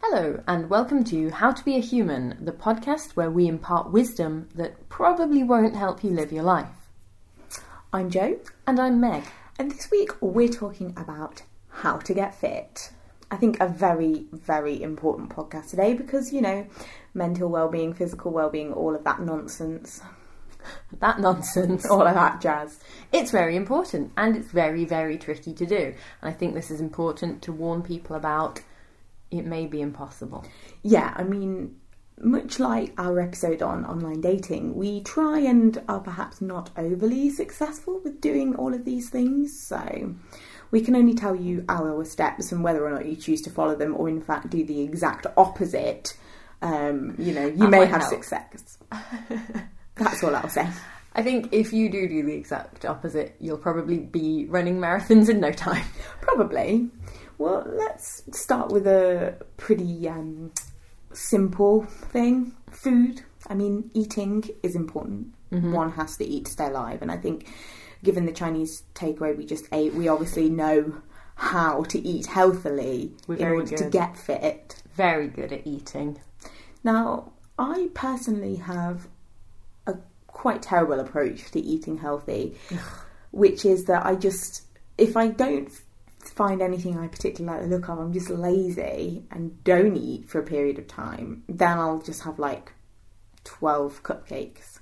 Hello, and welcome to How to Be a Human, the podcast where we impart wisdom that probably won't help you live your life. I'm Joe, And I'm Meg. and this week we're talking about how to get fit. I think a very, very important podcast today because, you know, mental well-being, physical well-being, all of that nonsense, That nonsense. all of that jazz. It's very important and it's very, very tricky to do. And I think this is important to warn people about it may be impossible. Yeah, I mean, much like our episode on online dating, we try and are perhaps not overly successful with doing all of these things. So we can only tell you our steps and whether or not you choose to follow them or, in fact, do the exact opposite. Um, you know, you That may might have help. success. That's all I'll say. I think if you do do the exact opposite, you'll probably be running marathons in no time. Probably. Well, let's start with a pretty um, simple thing food. I mean, eating is important. Mm-hmm. One has to eat to stay alive. And I think, given the Chinese takeaway we just ate, we obviously know how to eat healthily We're in very order to good. get fit. Very good at eating. Now, I personally have a quite terrible approach to eating healthy, which is that I just, if I don't find anything I particularly like the look of, I'm just lazy and don't eat for a period of time, then I'll just have like 12 cupcakes.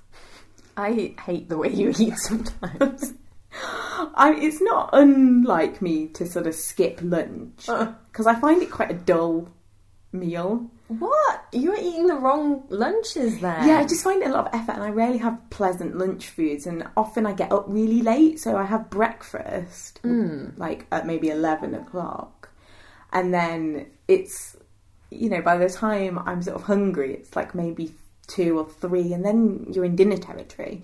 I hate the way you eat sometimes. I, it's not unlike me to sort of skip lunch Uh. because I find it quite a dull meal. what? You're eating the wrong lunches then. Yeah, I just find it a lot of effort, and I rarely have pleasant lunch foods. And often I get up really late, so I have breakfast Hmm. like at maybe eleven o'clock, and then it's you know by the time I'm sort of hungry, it's like maybe two or three, and then you're in dinner territory.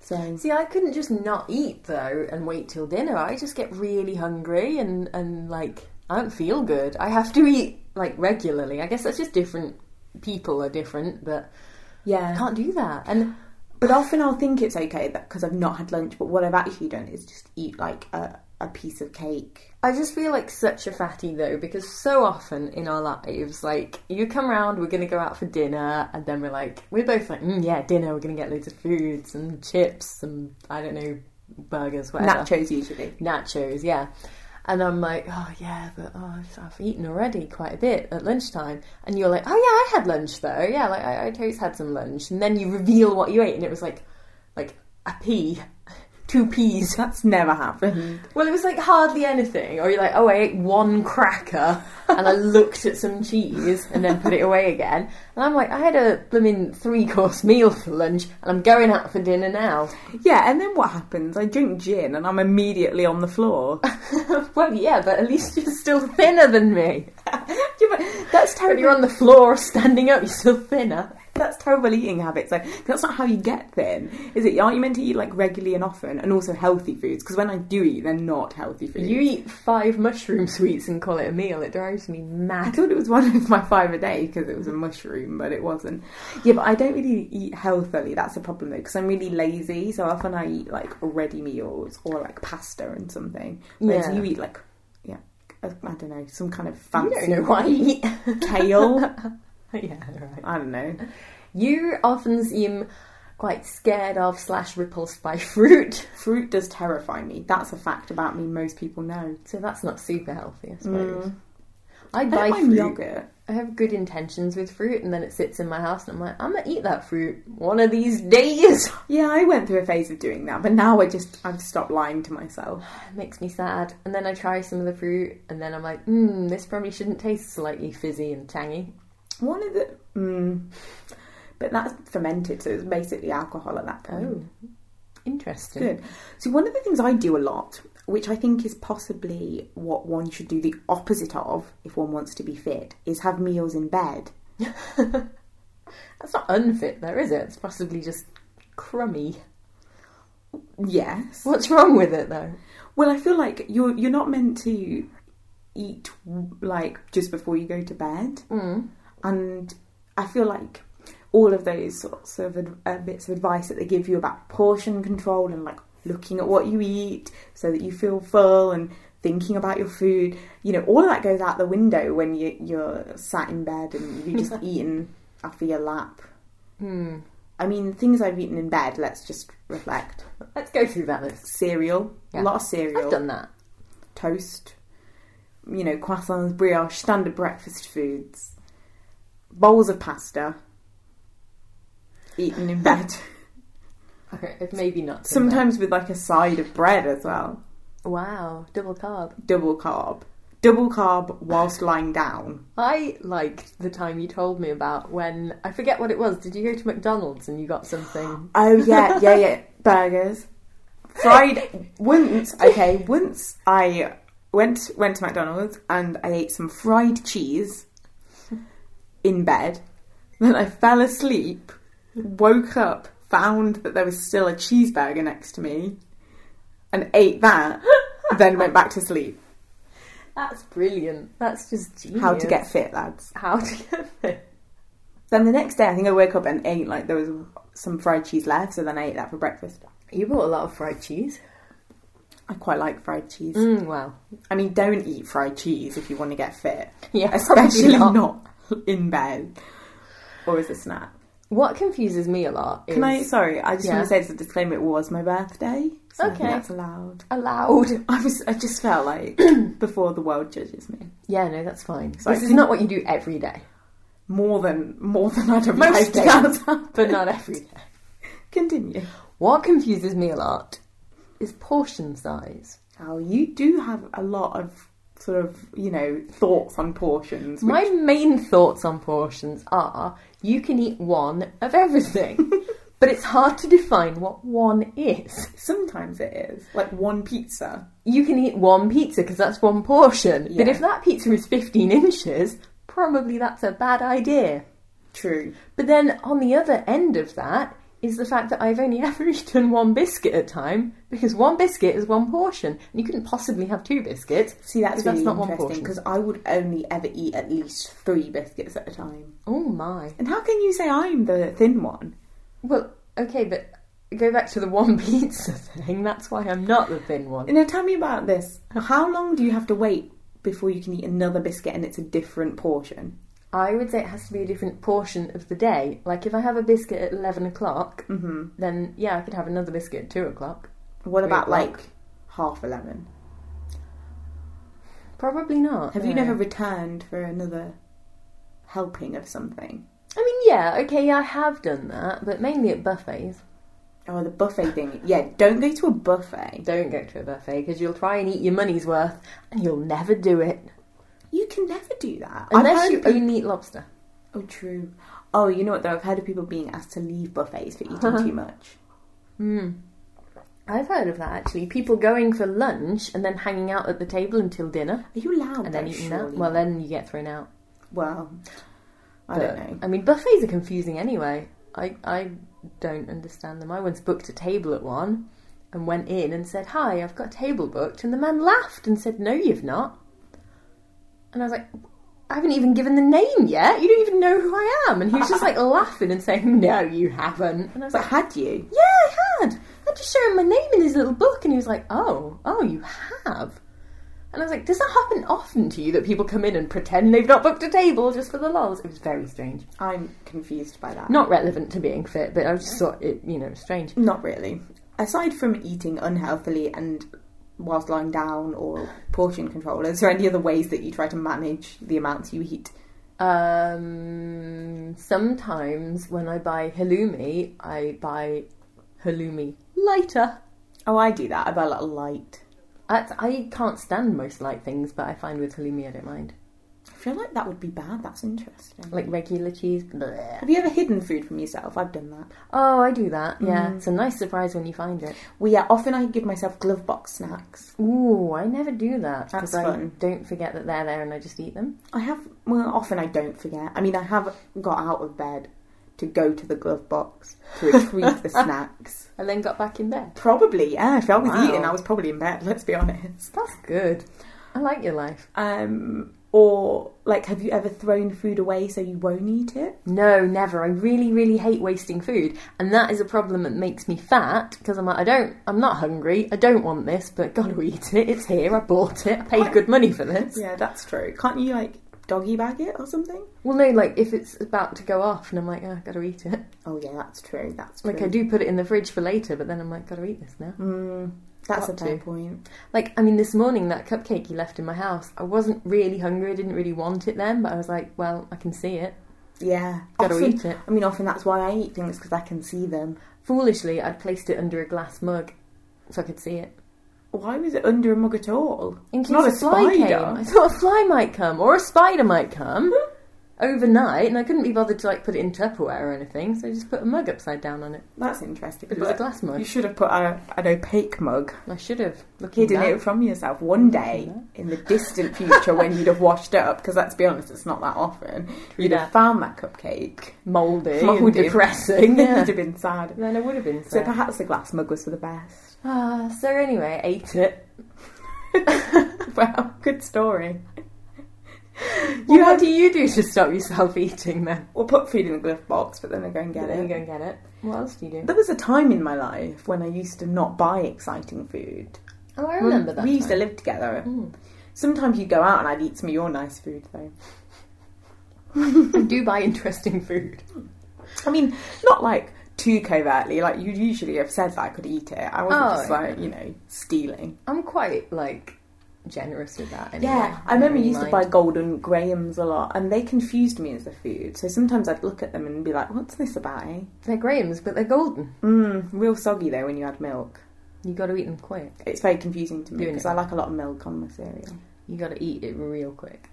So See, I couldn't just not eat though and wait till dinner. I just get really hungry and and like I don't feel good. I have to eat like regularly. I guess that's just different. People are different, but I yeah, can't do that. And but often I'll think it's okay that because I've not had lunch, but what I've actually done is just eat like a, a piece of cake. I just feel like such a fatty though, because so often in our lives, like you come round, we're gonna go out for dinner, and then we're like, we're both like, mm, yeah, dinner. We're gonna get loads of food, some chips, some I don't know, burgers, whatever. Nachos usually. nachos, yeah. And I'm like, oh yeah, but oh, I've, I've eaten already quite a bit at lunchtime. And you're like, oh yeah, I had lunch though. Yeah, like I, I totally had some lunch. And then you reveal what you ate, and it was like, like a pea, two peas. That's never happened. Well, it was like hardly anything. Or you're like, oh, I ate one cracker, and I looked at some cheese, and then put it away again. And I'm like, I had a blooming three course meal for lunch, and I'm going out for dinner now. Yeah, and then what happens? I drink gin and I'm immediately on the floor. yeah, well, yeah, but at least you're still thinner than me. but that's When terrible. you're on the floor or standing up, you're still thinner. that's terrible eating habits. Like that's not how you get thin, is it? Aren't you meant to eat like regularly and often, and also healthy foods? Because when I do eat, they're not healthy foods. You eat five mushroom sweets and call it a meal. It drives me I mad. thought it was one of my five a day because it was a mushroom, but it wasn't. Yeah, but I don't really eat healthily. That's the problem though, because I'm really lazy. So often I eat like ready meals or like pasta and something. Whereas Yeah. you eat like, yeah, I don't know, some kind of You fancy don't know why you eat. kale. yeah, right. I don't know. You often seem quite scared of slash repulsed by fruit, Fruit does terrify me. That's a fact about me. Most people know. so that's not super healthy, I suppose. Mm. I buy don't mind fruit. yogurt. I have good intentions with fruit, and then it sits in my house, and I'm like, I'm gonna eat that fruit one of these days. Yeah, I went through a phase of doing that, but now I just I've stopped lying to myself. It makes me sad. And then I try some of the fruit, and then I'm like, mmm, this probably shouldn't taste slightly fizzy and tangy. One of the, mm, but that's fermented, so it's basically alcohol at that point. Oh, interesting. Good. So one of the things I do a lot, which I think is possibly what one should do the opposite of if one wants to be fit, is have meals in bed. That's not unfit, though, is it? It's possibly just crummy. Yes. What's wrong with it, though? Well, I feel like you're you're not meant to eat like just before you go to bed, Mm. and I feel like all of those sorts of ad- uh, bits of advice that they give you about portion control and like looking at what you eat so that you feel full and thinking about your food. You know, all of that goes out the window when you, you're sat in bed and you just eaten after your lap. Hmm. I mean, things I've eaten in bed. Let's just reflect. Let's go through that list. Cereal, Yeah. a lot of cereal, I've done that. toast. You know, croissants, brioche, standard breakfast foods, bowls of pasta, eaten in bed. Okay, maybe not. done Sometimes with like a side of bread as well. that. Wow, double carb. Double carb. Double carb whilst lying down. I liked the time you told me about when I forget what it was. Did you go to McDonald's and you got something? Oh yeah, yeah, yeah. Burgers. Fried once okay, once I went went to McDonald's and I ate some fried cheese in bed. Then I fell asleep, woke up, found that there was still a cheeseburger next to me, and ate that, then went back to sleep. That's brilliant. That's just genius. How to get fit, lads. how to get fit. Then the next day I think I woke up and ate like there was some fried cheese left, so then I ate that for breakfast. You bought a lot of fried cheese. I quite like fried cheese. Mm, wow. I mean, don't eat fried cheese if you want to get fit, Yeah, especially probably not. in bed or as a snack. What confuses me a lot is Can I? Sorry, I just Yeah. want to say as a disclaimer, it was my birthday. So I think Okay. that's allowed. allowed. I was. I just felt like before the world judges me Yeah, no, that's fine. So I this is think- not what you do every day, more than more than I'd have Most liked to have done. but not every day. Continue. What confuses me a lot is portion size. Oh, you do have a lot of sort of you know thoughts on portions. which- My main thoughts on portions are you can eat one of everything, but it's hard to define what one is. sometimes it is like one pizza. You can eat one pizza because that's one portion, but Yeah. if that pizza is 15 inches, probably that's a bad idea. True. But then on the other end of that is the fact that I've only ever eaten one biscuit at a time because one biscuit is one portion, and you couldn't possibly have two biscuits. See, that's because that's really not one interesting portion. because I would only ever eat at least three biscuits at a time. Oh my! And how can you say I'm the thin one? Well, okay, but go back to the one pizza thing. That's why I'm not the thin one. And now tell me about this. How long do you have to wait before you can eat another biscuit and it's a different portion? I would say it has to be a different portion of the day. Like if I have a biscuit at eleven o'clock, Mm-hmm. then yeah, I could have another biscuit at two o'clock. What Three about o'clock. like half eleven? Probably not. Have you no. never returned for another helping of something? I mean, yeah, okay, I have done that, but mainly at buffets. Oh, the buffet thing. Yeah, don't go to a buffet. Don't go to a buffet because you'll try and eat your money's worth and you'll never do it. You can never do that. I've Unless heard you of- only eat lobster. Oh, true. Oh, you know what though? I've heard of people being asked to leave buffets for eating too much. I've heard of that actually. People going for lunch and then hanging out at the table until dinner Are you allowed? and then though, eating that. surely? Well, then you get thrown out. well, I But, don't know. I mean, buffets are confusing anyway. I, I don't understand them. I once booked a table at one and went in and said, Hi, I've got a table booked. And the man laughed and said, No, you've not. And I was like, I haven't even given the name yet. You don't even know who I am. And he was just like laughing and saying, No, you haven't. And I was But like, had you? Yeah, I had. I just showed him my name in his little book, and he was like, "Oh, oh, you have." And I was like, "Does that happen often to you that people come in and pretend they've not booked a table just for the lols?" It was very strange. I'm confused by that. Not relevant to being fit, but I just thought it, you know, strange. Not really. Aside from eating unhealthily and whilst lying down or portion control, is there any other ways that you try to manage the amounts you eat? Um, sometimes when I buy halloumi, I buy halloumi lighter. Oh, I do that. I buy a lot of light. That's, I can't stand most light things, but I find with halloumi I don't mind. I feel like that would be bad. That's interesting. Like regular cheese, bleh. Have you ever hidden food from yourself? I've done that. Oh, I do that. Yeah, Mm. it's a nice surprise when you find it. Well, yeah, often I give myself glove box snacks. Ooh, I never do that That's because I fun. don't forget that they're there and I just eat them. I have, well, often I don't forget. I mean, I have got out of bed to go to the glove box to retrieve the snacks. And then got back in bed. Probably, yeah. If I was Wow. eating, I was probably in bed. Let's be honest. That's good. I like your life. Um, Or like, have you ever thrown food away so you won't eat it? No, never. I really, really hate wasting food, and that is a problem that makes me fat because I'm like, I don't, I'm not hungry. I don't want this, but gotta eat it. It's here. I bought it. I paid good money for this. Yeah, that's true. Can't you like doggy bag it or something? Well, no, like if it's about to go off, and I'm like, oh, gotta eat it. Oh yeah, that's true. That's true. Like I do put it in the fridge for later, but then I'm like, gotta eat this now. Mm, that's a Got fair to. point. Like, I mean, this morning that cupcake you left in my house, I wasn't really hungry. I didn't really want it then, but I was like, well, I can see it. Yeah, Gotta Often- eat it. I mean, often that's why I eat things because I can see them. Foolishly, I'd placed it under a glass mug so I could see it. Why was it under a mug at all? In case Not a, a fly spider. came. I thought a fly might come or a spider might come overnight, and I couldn't be bothered to like put it in Tupperware or anything, so I just put a mug upside down on it. That's interesting. But it was a but glass mug. you should have put a, an opaque mug I should have. Looking hidden back. it from yourself one day in the distant future when you'd have washed up. Because let's be honest, it's not that often. You'd that. have found that cupcake. mouldy, and Mouldy. depressing. Yeah. You'd have been sad. then I would have been So sad. perhaps the glass mug was for the best. Ah, so anyway, I ate it. Well, good story. You, what do you do to stop yourself eating then? We'll put food in the glove box, but then I go and get Then you it. go and get it. What else do you do? There was a time in my life when I used to not buy exciting food. Oh, I remember that. We used to live together. Mm. Sometimes you'd go out and I'd eat some of your nice food, though. I do buy interesting food. I mean, not like too covertly. Like you'd usually have said that I could eat it. I wasn't Oh, just like you know stealing. I'm quite like generous with that. Anyway. Yeah, I remember don't you used to mind. buy golden grahams a lot, and they confused me as a food. So sometimes I'd look at them and be like, "What's this about?" Eh? They're grahams, but they're golden. Mm, real soggy though when you add milk. You got to eat them quick. It's very confusing to me Doing because it. I like a lot of milk on my cereal. You got to eat it real quick.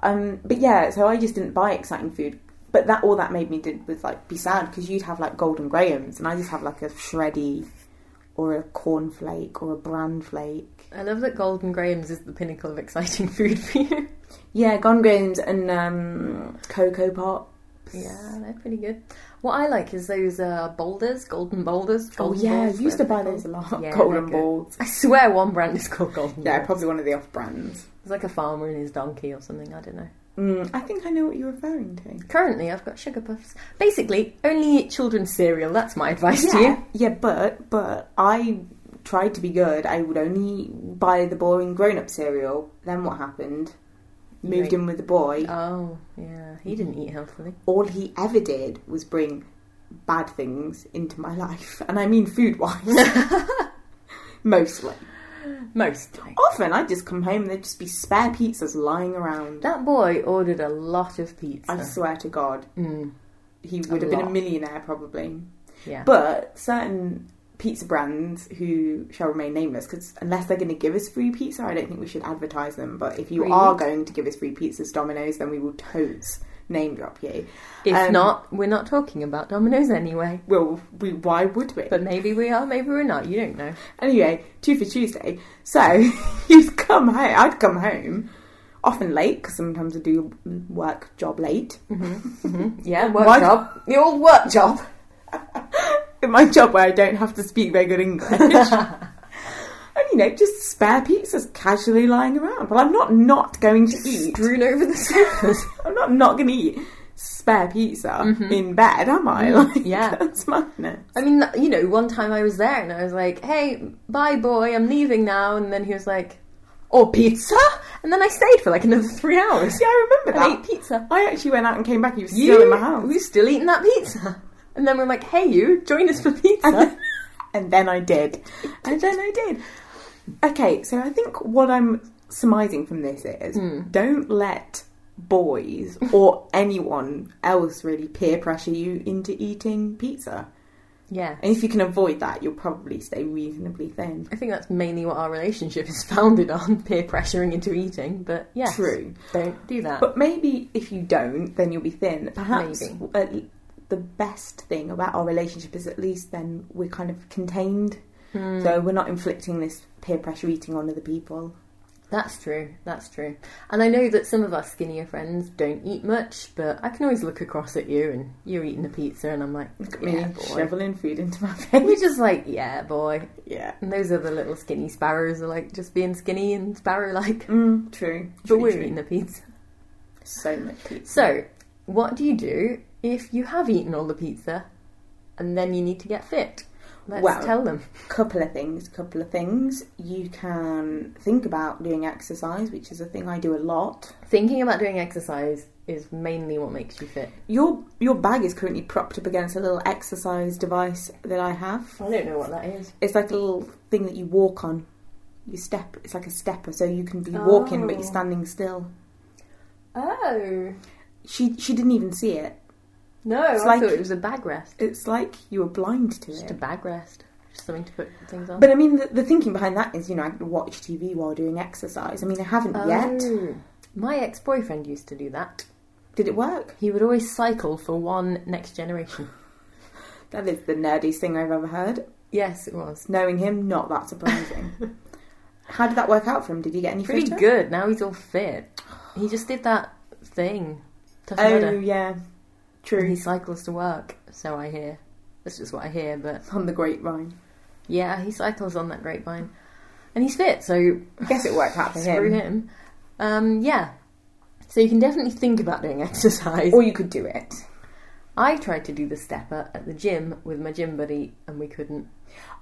Um, but yeah, so I just didn't buy exciting food. But that all that made me did was like be sad because you'd have like golden grahams and I just have like a shreddy or a cornflake or a bran flake. I love that golden grahams is the pinnacle of exciting food for you. Yeah, golden grahams and um, cocoa pops. yeah, they're pretty good. What I like is those uh, boulders, golden boulders. Oh Golden yeah, I balls, used to buy whatever those a they're lot. Yeah, they're golden good. balls. called. I swear, one brand is called golden. Yeah, Balls. probably one of the off brands. It's like a farmer and his donkey or something. I don't know. Mm, I think I know what you're referring to. Currently, I've got sugar puffs. Basically, only eat children's cereal. That's my advice to you. Yeah, yeah, but but I tried to be good. I would only buy the boring grown-up cereal. Then what happened? Moved Yeah. in with the boy. Oh, yeah. He didn't eat healthily. All he ever did was bring bad things into my life, and I mean food-wise, mostly. Mostly. Often I'd just come home and there'd just be spare pizzas lying around. That boy ordered a lot of pizza. I swear to God, Mm, he A would have been a lot. millionaire probably. yeah. But certain pizza brands who shall remain nameless, because unless they're going to give us free pizza, I don't think we should advertise them. But if you Agreed. are going to give us free pizzas, Domino's, then we will totes name drop you. if um, not, we're not talking about Domino's anyway. Well, we, why would we? But maybe we are, maybe we're not. You don't know. anyway, two for Tuesday. So you'd come home. I'd come home. Often late because sometimes I do work job late. Yeah, work work job. job. The old work job. In my job where I don't have to speak very good English. And you know, just spare pizzas casually lying around. Well, I'm not not going to eat. Strewn over the sofas. I'm not not going to eat spare pizza in bed, am I? Like, Mm-hmm. yeah. that's madness. I mean, that- you know, one time I was there and I was like, hey, bye, boy, I'm leaving now. And then he was like, oh, pizza? And then I stayed for like another three hours. Yeah, I remember I that. ate pizza. I actually went out and came back. He was still in my house, We're still eating that pizza. And then we're like, hey, you, join us for pizza. and then I did, and then I did. Okay, so I think what I'm surmising from this is Hmm. don't let boys or anyone else really peer pressure you into eating pizza. yeah. And if you can avoid that, you'll probably stay reasonably thin. I think that's mainly what our relationship is founded on peer pressuring into eating, but yes. True. Don't do that. But maybe if you don't, then you'll be thin. Perhaps Maybe. at l- the best thing about our relationship is at least then we're Hmm. kind of contained. So we're not inflicting this peer pressure eating on other people. That's true. That's true. And I know that some of our skinnier friends don't eat much, but I can always look across at you and you're eating a pizza, and I'm like, Look at me yeah, boy. shoveling food into my face. We're just like, yeah, boy. yeah. And those other little skinny sparrows are like just being skinny and sparrow like, Mm, true. but True, we're true. eating a pizza. So much pizza. So, what do you do if you have eaten all the pizza and then you need to get fit? Let's Well, tell them. couple of things. Couple of things. You can think about doing exercise, which is a thing I do a lot. Thinking about doing exercise is mainly what makes you fit. Your your bag is currently propped up against a little exercise device that I have. I don't know what that is. It's like a little thing that you walk on. You step. It's like a stepper, so you can be walking but Oh. you're standing still. Oh. She she didn't even see it. No, It's I like- thought it was a bag rest. It's like you were blind to Just a it. bag rest. Just something to put things on. But I mean, the, the thinking behind that is, you know, I could watch TV while doing exercise. I mean, I haven't yet. Oh. My ex boyfriend used to do that. Did it work? He would always cycle for one next generation. That is the nerdiest thing I've ever heard. Yes, it was. Knowing him, not that surprising. How did that work out for him? Did he get any Pretty fitter? good. Now he's all fit. He just did that thing. Tough Oh mudder. yeah, He true. cycles to work, so I hear. That's just what I hear, but On the grapevine. yeah, he cycles on that grapevine. And he's fit, so I guess it worked out for screw him. him. Um, yeah. So you can definitely think about doing exercise. Or you could do it. I tried to do the stepper at the gym with my gym buddy, and we couldn't.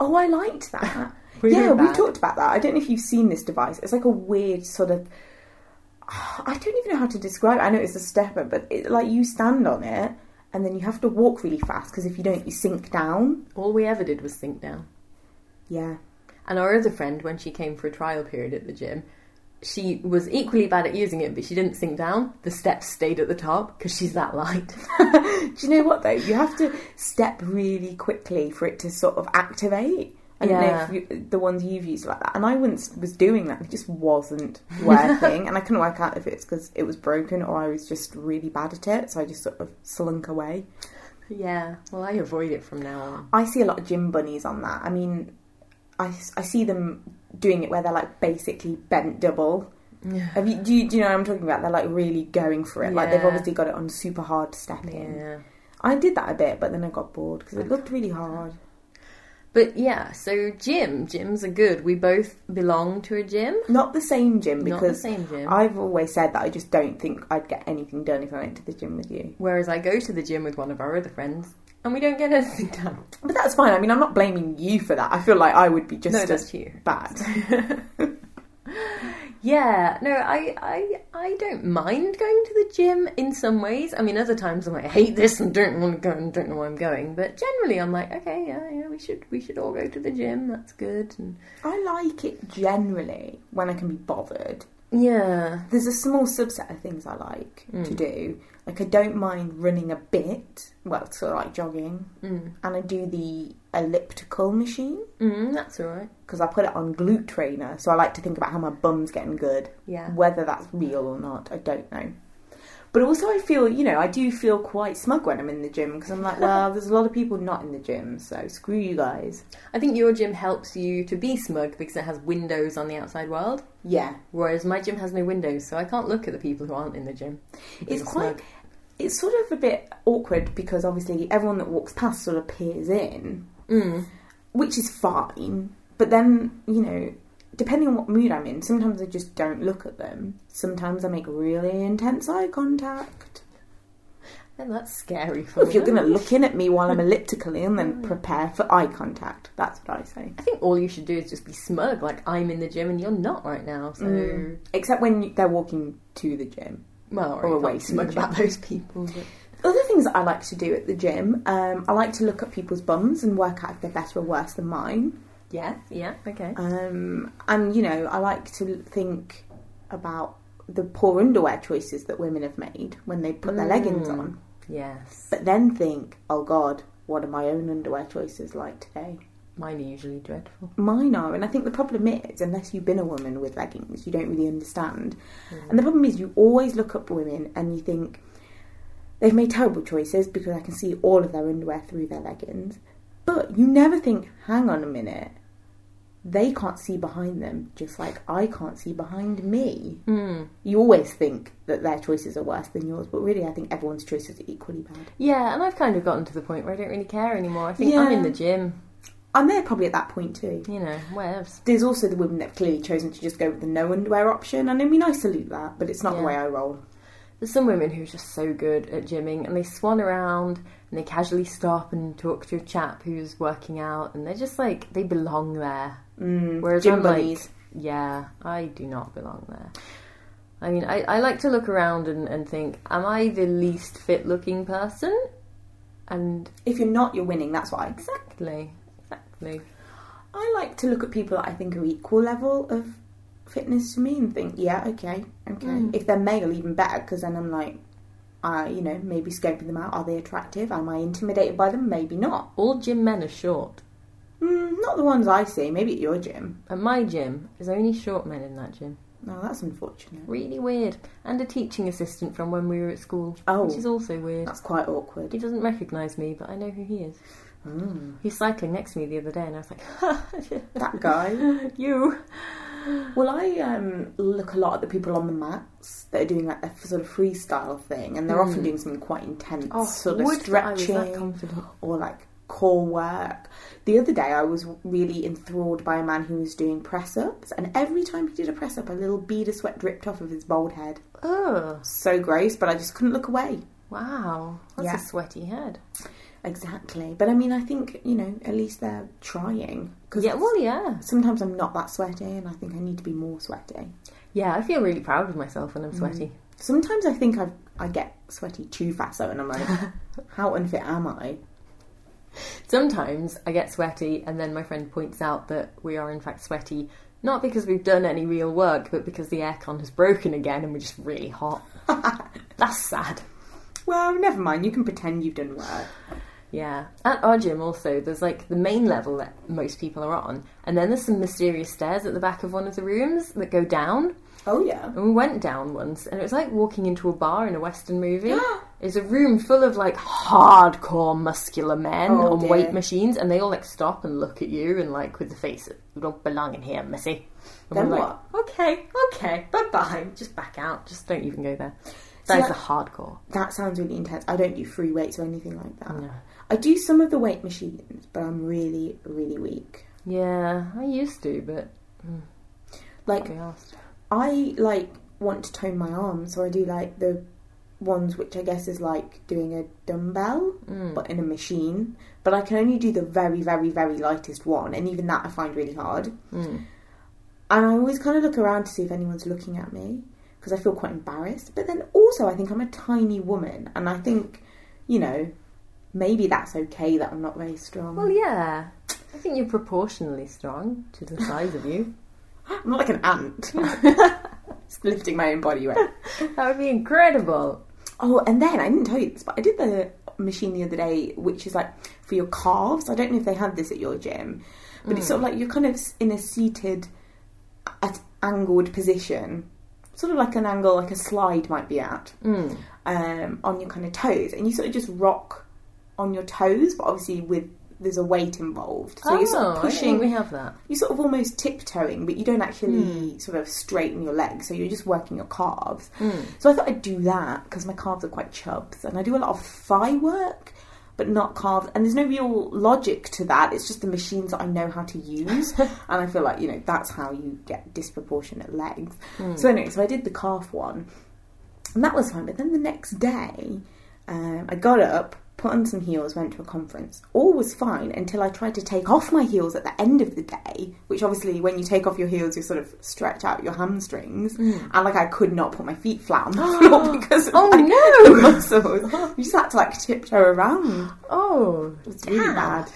Oh, I liked that. We yeah, were we bad. talked about that. I don't know if you've seen this device. It's like a weird sort of. I don't even know how to describe. it. I know it's a stepper, but it, like you stand on it, and then you have to walk really fast because if you don't, you sink down. All we ever did was think down. Yeah. And our other friend, when she came for a trial period at the gym, she was equally bad at using it, but she didn't sink down. The steps stayed at the top because she's that light. do you know what though? You have to step really quickly for it to sort of activate. I don't know Yeah. if you, the ones you've used like that. And I once was doing that, and it just wasn't working. and I couldn't work out if it's because it was broken or I was just really bad at it. So I just sort of slunk away. yeah. Well, I avoid it from now on. I see a lot of gym bunnies on that. I mean, I, I see them doing it where they're like basically bent double. Yeah. Have you, do, you, do you know what I'm talking about? They're like really going for it. Like they've Yeah. obviously got it on super hard stepping. Yeah. I did that a bit, but then I got bored because it looked really hard. But yeah, so gym, gyms are good. We both belong to a gym, Not the same gym not the because same gym. I've always said that I just don't think I'd get anything done if I went to the gym with you. Whereas I go to the gym with one of our other friends, and we don't get anything done. But that's fine. I mean, I'm not blaming you for that. I feel like I would be just no, as that's you. bad. Yeah, no, I, I, I don't mind going to the gym in some ways. I mean, other times I'm like, I hate this and don't want to go and don't know where I'm going. But generally, I'm like, okay, yeah, yeah, we should, we should all go to the gym. That's good. And I like it generally when I can be bothered. yeah, there's a small subset of things I like to do. Like I don't mind running a bit, well, sort of like jogging, mm, and I do the elliptical machine mm, that's all right. because I put it on glute trainer. So I like to think about how my bum's getting good, Yeah, whether that's real or not. I don't know. But also, I feel you know I do feel quite smug when I'm in the gym because I'm like, well, there's a lot of people not in the gym, so screw you guys. I think your gym helps you to be smug because it has windows on the outside world, Yeah, whereas my gym has no windows, so I can't look at the people who aren't in the gym. and It's feel quite- smug. it's sort of a bit awkward because obviously everyone that walks past sort of peers in. Mm. which is fine. But then, you know, depending on what mood I'm in, sometimes I just don't look at them. Sometimes I make really intense eye contact. And Oh, that's scary for Well, me. if you're going to look in at me while I'm elliptically and then prepare for eye contact, that's what I say. I think all you should do is just be smug. Like I'm in the gym and you're not right now. So Mm. Except when you- they're walking to the gym. well, Or or you away can't smug from the about those people. But... Other things that I like to do at the gym, um, I like to look at people's bums and work out if they're better or worse than mine. Yeah, yeah, okay. Um, and you know, I like to think about the poor underwear choices that women have made when they put their Mm. leggings on, Yes, but then think, oh God, what are my own underwear choices like today? mine are usually dreadful. Mine are, and I think the problem is, unless you've been a woman with leggings, you don't really understand. And the problem is, you always look up women and you think they've made terrible choices because I can see all of their underwear through their leggings, but you never think, hang on a minute. they can't see behind them, just like I can't see behind me. Hmm. You always think that their choices are worse than yours, but really, I think everyone's choices are equally bad. Yeah, and I've kind of gotten to the point where I don't really care anymore. I think Yeah. I'm in the gym, And they're probably at that point too. you know, whatevs. There's also the women that have clearly chosen to just go with the no underwear option, and I mean, I salute that, but it's not the Yeah. way I roll. There's some women who are just so good at gymming and they swan around and they casually stop and talk to a chap who's working out and they're just like, they belong there. Mm, Whereas gym I'm bunnies. like, yeah, I do not belong there. I mean, I, I like to look around and, and think, am I the least fit looking person? And If you're not, you're winning. That's why. exactly, exactly. I like to look at people that I think are equal level of fitness to me and think, yeah, okay, okay. Mm. If they're male, even better, because then I'm like, uh, you know, maybe scoping them out. Are they attractive? Am I intimidated by them? Maybe not. All gym men are short. Mm, not the ones I see. Maybe at your gym. At my gym, there's only short men in that gym. No, that's unfortunate. Really weird. And a teaching assistant from when we were at school, Oh. which is also weird. That's quite awkward. He doesn't recognise me, but I know who he is. Mm. He was cycling next to me the other day, and I was like, That guy. "You." well, I um, look a lot at the people on the mats that are doing like their sort of freestyle thing, and they're often Mm. doing something quite intense, sort of Oh, would that I was stretching. that confident. or like core work. The other day, I was really enthralled by a man who was doing press ups, and every time he did a press up, a little bead of sweat dripped off of his bald head. Oh, So gross, but I just couldn't look away. wow. That's Yeah. a sweaty head. Exactly. But I mean, I think, you know, at least they're trying. Cause Yeah, well, yeah. sometimes I'm not that sweaty, and I think I need to be more sweaty. Yeah, I feel really proud of myself when I'm sweaty. Sometimes I think I've, I get sweaty too fast, though, and I'm like, how unfit am I? Sometimes I get sweaty, and then my friend points out that we are, in fact, sweaty, not because we've done any real work, but because the aircon has broken again and we're just really hot. That's sad. Well, never mind. You can pretend you've done work. Yeah. At our gym, also, there's like the main level that most people are on, and then there's some mysterious stairs at the back of one of the rooms that go down. Oh, yeah. And we went down once, and it was like walking into a bar in a Western movie. It's a room full of like hardcore muscular men Oh, on dear. weight machines, and they all like stop and look at you and like with the face, of, you don't belong in here, missy. And Then we're like, okay, okay, bye bye. Just back out. Just don't even go there. That's that- a hardcore. That sounds really intense. I don't do free weights or anything like that. No. I do some of the weight machines, but I'm really, really weak. Yeah, I used to, but Like I asked. I like want to tone my arms, so I do like the ones which I guess is like doing a dumbbell Mm, but in a machine. But I can only do the very, very, very lightest one, and even that I find really hard. mm. mm. And I always kind of look around to see if anyone's looking at me because I feel quite embarrassed. But then also, I think I'm a tiny woman, and I think, you know, maybe that's okay that I'm not very strong. Well, yeah, I think you're proportionally strong to the size of you. I'm not like an ant. Just lifting my own body weight. That would be incredible. Oh, and then I didn't tell you this, but I did the machine the other day, which is like for your calves. I don't know if they had this at your gym, but it's sort of like you're kind of in a seated, at angled position, sort of like an angle like a slide might be at, Mm. um, on your kind of toes, and you sort of just rock on your toes, but obviously with there's a weight involved, so you're sort Oh, of I didn't think pushing We have that. you're sort of almost tiptoeing, but you don't actually sort of straighten your legs, so you're just working your calves. So I thought I'd do that because my calves are quite chubs, and I do a lot of thigh work, but not calves. And there's no real logic to that. It's just the machines that I know how to use, and I feel like you know that's how you get disproportionate legs. So anyway, so I did the calf one, and that was fine. But then the next day, um, I got up. Put on some heels, went to a conference. All was fine until I tried to take off my heels at the end of the day, which obviously, when you take off your heels, you sort of stretch out your hamstrings. And like, I could not put my feet flat on the floor because of, Mm. Oh, like, no. the muscles. You just had to like tiptoe around. Oh, It's really bad.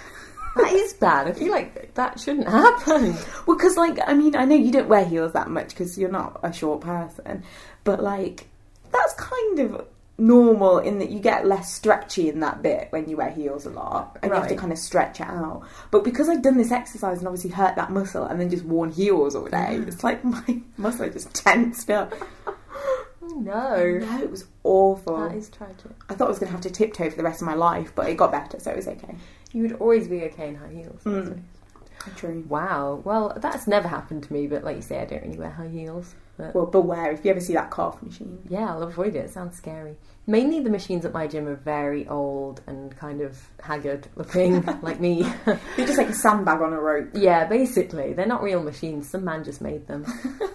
That is bad. I feel like that shouldn't happen. Well, because like I mean, I know you don't wear heels that much because you're not a short person, but like that's kind of normal in that you get less stretchy in that bit when you wear heels a lot and you have to Right. kind of stretch it out. But because I've done this exercise and obviously hurt that muscle and then just worn heels all day, it's like my muscle just tensed up. No. No, it was awful. Oh. That is tragic. I thought I was going to have to tiptoe for the rest of my life, but it got better, so it was okay. You would always be okay in high heels. Mm. True. Wow. Well, that's never happened to me, but like you say, I don't really wear high heels. But Well, beware if you ever see that calf machine. yeah, I'll avoid it. It sounds scary. Mainly the machines at my gym are very old and kind of haggard looking, like me. You're just like a sandbag on a rope. Yeah, basically, they're not real machines. Some man just made them,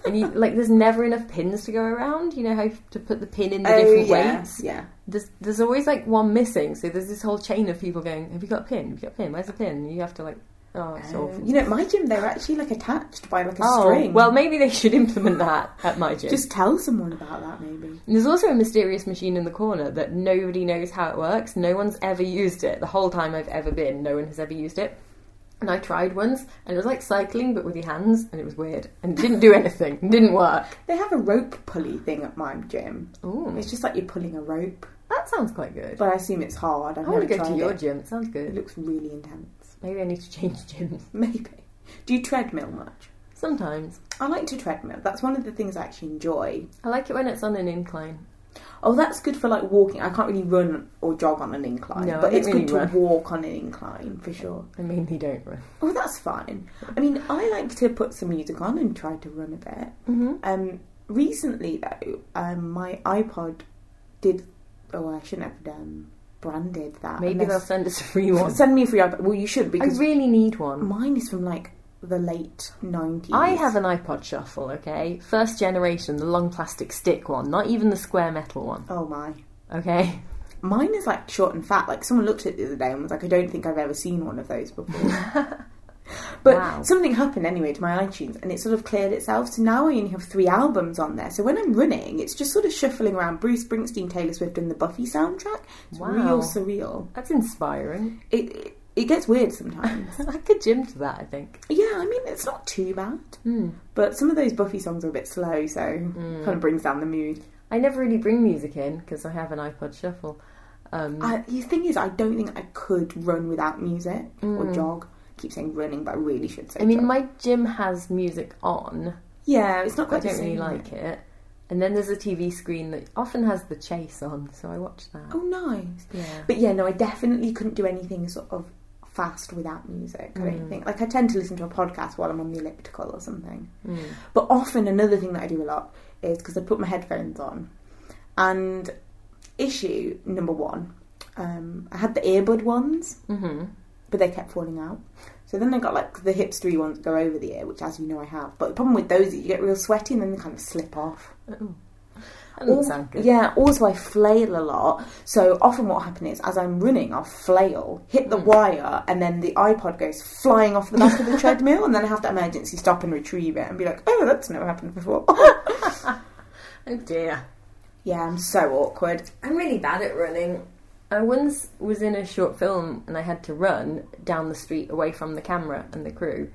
and you, like, there's never enough pins to go around. You know how to put the pin in the different Oh, yeah, weights. yeah. There's there's always like one missing. So there's this whole chain of people going, "Have you got a pin? Have you got a pin? Where's the pin?" And you have to like, oh, it's Um, awful. you know, at my gym they're actually like attached by like a oh, string. well, maybe they should implement that at my gym. just tell someone about that maybe. And there's also a mysterious machine in the corner that nobody knows how it works. No one's ever used it. The whole time I've ever been, no one has ever used it. And I tried once, and it was like cycling but with your hands, and it was weird. And it didn't do anything, It didn't work. They have a rope pulley thing at my gym. Ooh, It's just like you're pulling a rope, that sounds quite good. but I assume it's hard. I've I want never to go to tried your it. gym, it sounds It good. looks really intense. Maybe I need to change gyms. Maybe. Do you treadmill much? Sometimes. I like to treadmill. That's one of the things I actually enjoy. I like it when it's on an incline. Oh, that's good for like walking. I can't really run or jog on an incline, No, I but don't it's really good run. to walk on an incline for sure. I mainly don't run. Oh, that's fine. I mean, I like to put some music on and try to run a bit. Mm-hmm. Um, recently though, um, my iPod did. Oh, I shouldn't have um, branded that. Maybe they'll unless- send us a free one. send me a free iPod. Well, you should I because really need one. mine is from like the late nineties. I have an iPod Shuffle, okay? First generation, the long plastic stick one, not even the square metal one, Oh my. okay? Mine is like short and fat. Like someone looked at it the other day and was like, I don't think I've ever seen one of those before. but Wow. something happened anyway to my iTunes and it sort of cleared itself. So now I only have three albums on there. So when I'm running, it's just sort of shuffling around Bruce Springsteen, Taylor Swift, and the Buffy soundtrack. It's Wow. real surreal. That's inspiring. It, it it gets weird sometimes. I could gym to that, I think. yeah, I mean it's not too bad, Hmm. but some of those Buffy songs are a bit slow, so Mm. kind of brings down the mood. I never really bring music in because I have an iPod Shuffle. Um, I, the thing is, I don't think I could run without music or jog. I keep saying running, but I really should say. Mm. I mean, jog. my gym has music on, yeah, it's not but I quite. the don't really same. like it. And then there's a TV screen that often has the chase on, so I watch that. Oh, nice. Yeah. But yeah, no, I definitely couldn't do anything sort of fast without music. I Mm. don't think. Like I tend to listen to a podcast while I'm on the elliptical or something. Hmm. But often another thing that I do a lot is because I put my headphones on. And issue number one, um, I had the earbud ones, Mm-hmm. but they kept falling out. So then I got like the hipstery ones that go over the ear, which as you know I have. But the problem with those is you get real sweaty and then they kind of slip off. Oh. That doesn't Al- sound good. Yeah, also I flail a lot. So often what happens is as I'm running, I'll flail, hit Hmm. the wire, and then the iPod goes flying off the back of the treadmill, and then I have to emergency stop and retrieve it and be like, oh, that's never happened before. Oh dear. yeah, I'm so awkward. I'm really bad at running. I once was in a short film and I had to run down the street away from the camera and the crew.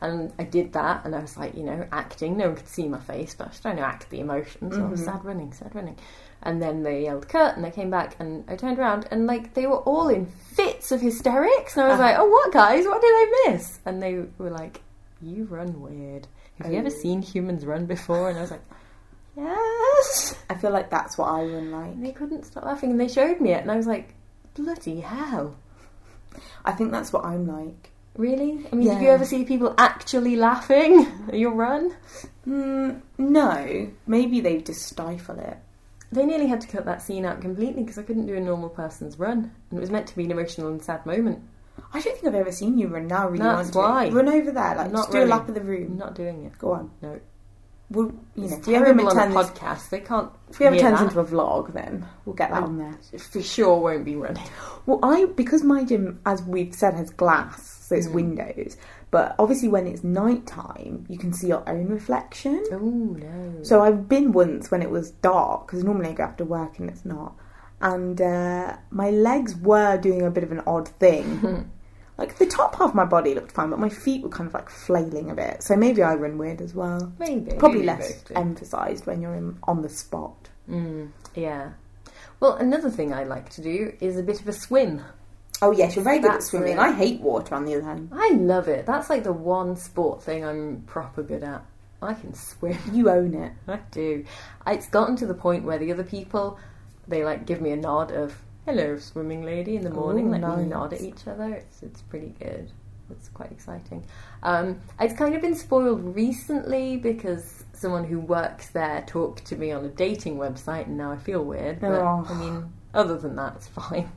And I did that and I was like, you know, acting. No one could see my face, but I was trying to act the emotion. So I was sad running, sad running. And then they yelled cut and I came back and I turned around and like they were all in fits of hysterics. And I was like, oh, what guys? What did I miss? And they were like, you run weird. Have you ever Oh. seen humans run before? And I was like, yes. I feel like that's what I run like. And they couldn't stop laughing, and they showed me it, and I was like, bloody hell. I think that's what I'm like. Really? I mean, Yeah. did you ever see people actually laughing at your run? Mm, no, maybe they just stifle it. They nearly had to cut that scene out completely because I couldn't do a normal person's run, and it was meant to be an emotional and sad moment. I don't think I've ever seen you run now. Really, That's want to. why. Run over there, like Not just do running. a lap of the I'm room. not doing it. Go on. No. We'll, you know, It's if we ever terrible on turn a this podcast. They can't. If we ever hear turns that. into a vlog, then we'll get that Oh. on there. for sure won't be running. Well, I because my gym, as we've said, has glass, so Mm. it's windows. But obviously, when it's night time, you can see your own reflection. Oh no. So I've been once when it was dark because normally I go after work and it's not. And uh, my legs were doing a bit of an odd thing. like the top half of my body looked fine, but my feet were kind of like flailing a bit. So maybe I run weird as well. Maybe. Probably Maybe less both do. emphasised when you're in, on the spot. Mm, yeah. Well, another thing I like to do is a bit of a swim. Oh yes, you're very good That's at it. swimming. I hate water. On the other hand, I love it. That's like the one sport thing I'm proper good at. I can swim. you own it. I do. It's gotten to the point where the other people, they like give me a nod of "Hello, swimming lady" in the morning. Ooh, like we nice. nod at each other. It's it's pretty good. that's quite exciting. Um, I've kind of been spoiled recently because someone who works there talked to me on a dating website, and now I feel weird. But Oh. I mean, other than that, it's fine.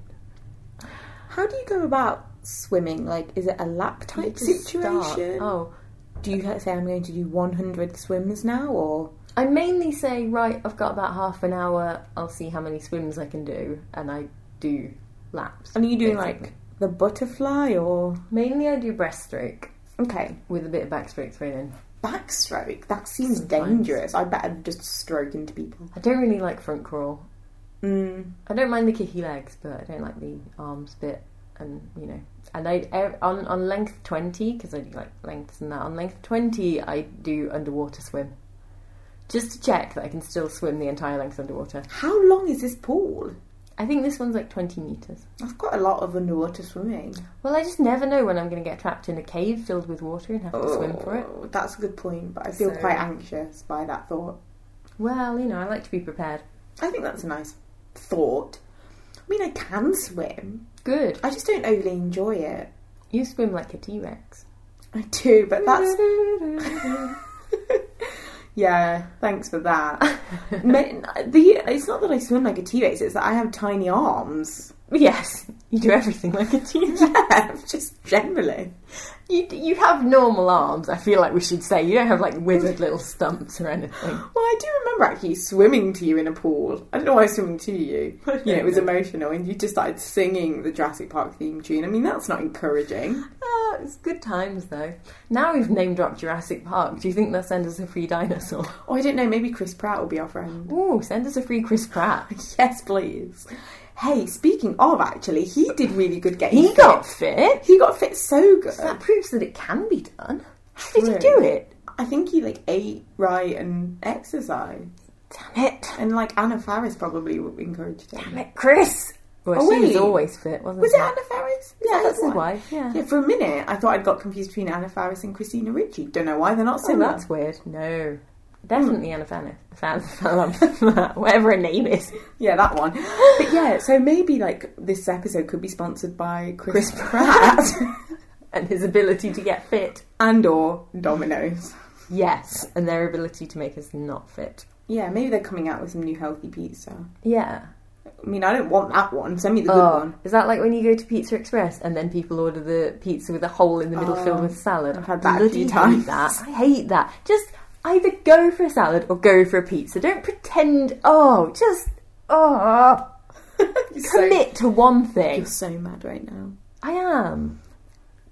How do you go about swimming? Like, is it a lap You type just start. situation? Oh, Do you say I'm going to do 100 swims now, or I mainly say, right, I've got about half an hour. I'll see how many swims I can do, and I do laps. and are you doing basically. like the butterfly or mainly I do breaststroke okay with a bit of backstroke thrown in. backstroke? That seems Sometimes. dangerous. I bet I'd just stroke into people. I don't really like front crawl. Mm. I don't mind the kicky legs, but I don't like the arms bit, and you know. And I e- on on length twenty because I do like lengths and that. On length twenty, I do underwater swim, just to check that I can still swim the entire length underwater. How long is this pool? I think this one's like twenty meters. I've got a lot of underwater swimming. Well, I just never know when I'm going to get trapped in a cave filled with water and have to swim for it. Oh, That's a good point, but I feel So- quite anxious by that thought. Well, you know, I like to be prepared. I think that's a nice thought. I mean, I can swim. Good. I just don't overly enjoy it. You swim like a T Rex. I do, but that's yeah. Thanks for that. Men, the it's not that I swim like a T Rex; it's that I have tiny arms. yes, you do everything like a T Rex. just generally. You, you have normal arms, I feel like we should say. You don't have like withered little stumps or anything. Well, I do remember actually swimming to you in a pool. I don't know why I was swimming to you. I don't You know, it was know. emotional, and you just started singing the Jurassic Park theme tune. I mean, that's not encouraging. Ah, it's good times though. Now we've name dropped Jurassic Park. Do you think they'll send us a free dinosaur? Oh, I don't know. Maybe Chris Pratt will be our friend. Ooh, send us a free Chris Pratt. Yes, please. Hey, speaking of, actually, he did really good getting. He fit. got fit. he got fit so good. That proves that it can be done. How did he Oh. True. do it? I think he like ate right and exercised, Damn it. and like Anna Faris probably encouraged him. Damn it, Chris. Well, Oh, she was wait. always fit, wasn't Was she? it Anna Faris? Yeah, that's the his one. wife. Yeah. Yeah, for a minute I thought I'd got confused between Anna Faris and Christina Ricci. Don't know why they're not Oh, similar. that's weird. No. Definitely Hmm. Anna Faris. Fan, fan, whatever her name is. Yeah, that one. But yeah, so maybe like this episode could be sponsored by Chris, Pratt And his ability to get fit. and or Domino's. Yes. And their ability to make us not fit. Yeah, maybe they're coming out with some new healthy pizza. Yeah. I mean, I don't want that one. Send me the good oh, one. is that like when you go to Pizza Express and then people order the pizza with a hole in the middle Oh, filled with salad? I've had that a Bloody few hate times. that. I hate that. Just either go for a salad or go for a pizza. Don't pretend. Oh, just oh, You're so- commit to one you're thing. so mad right now. I am.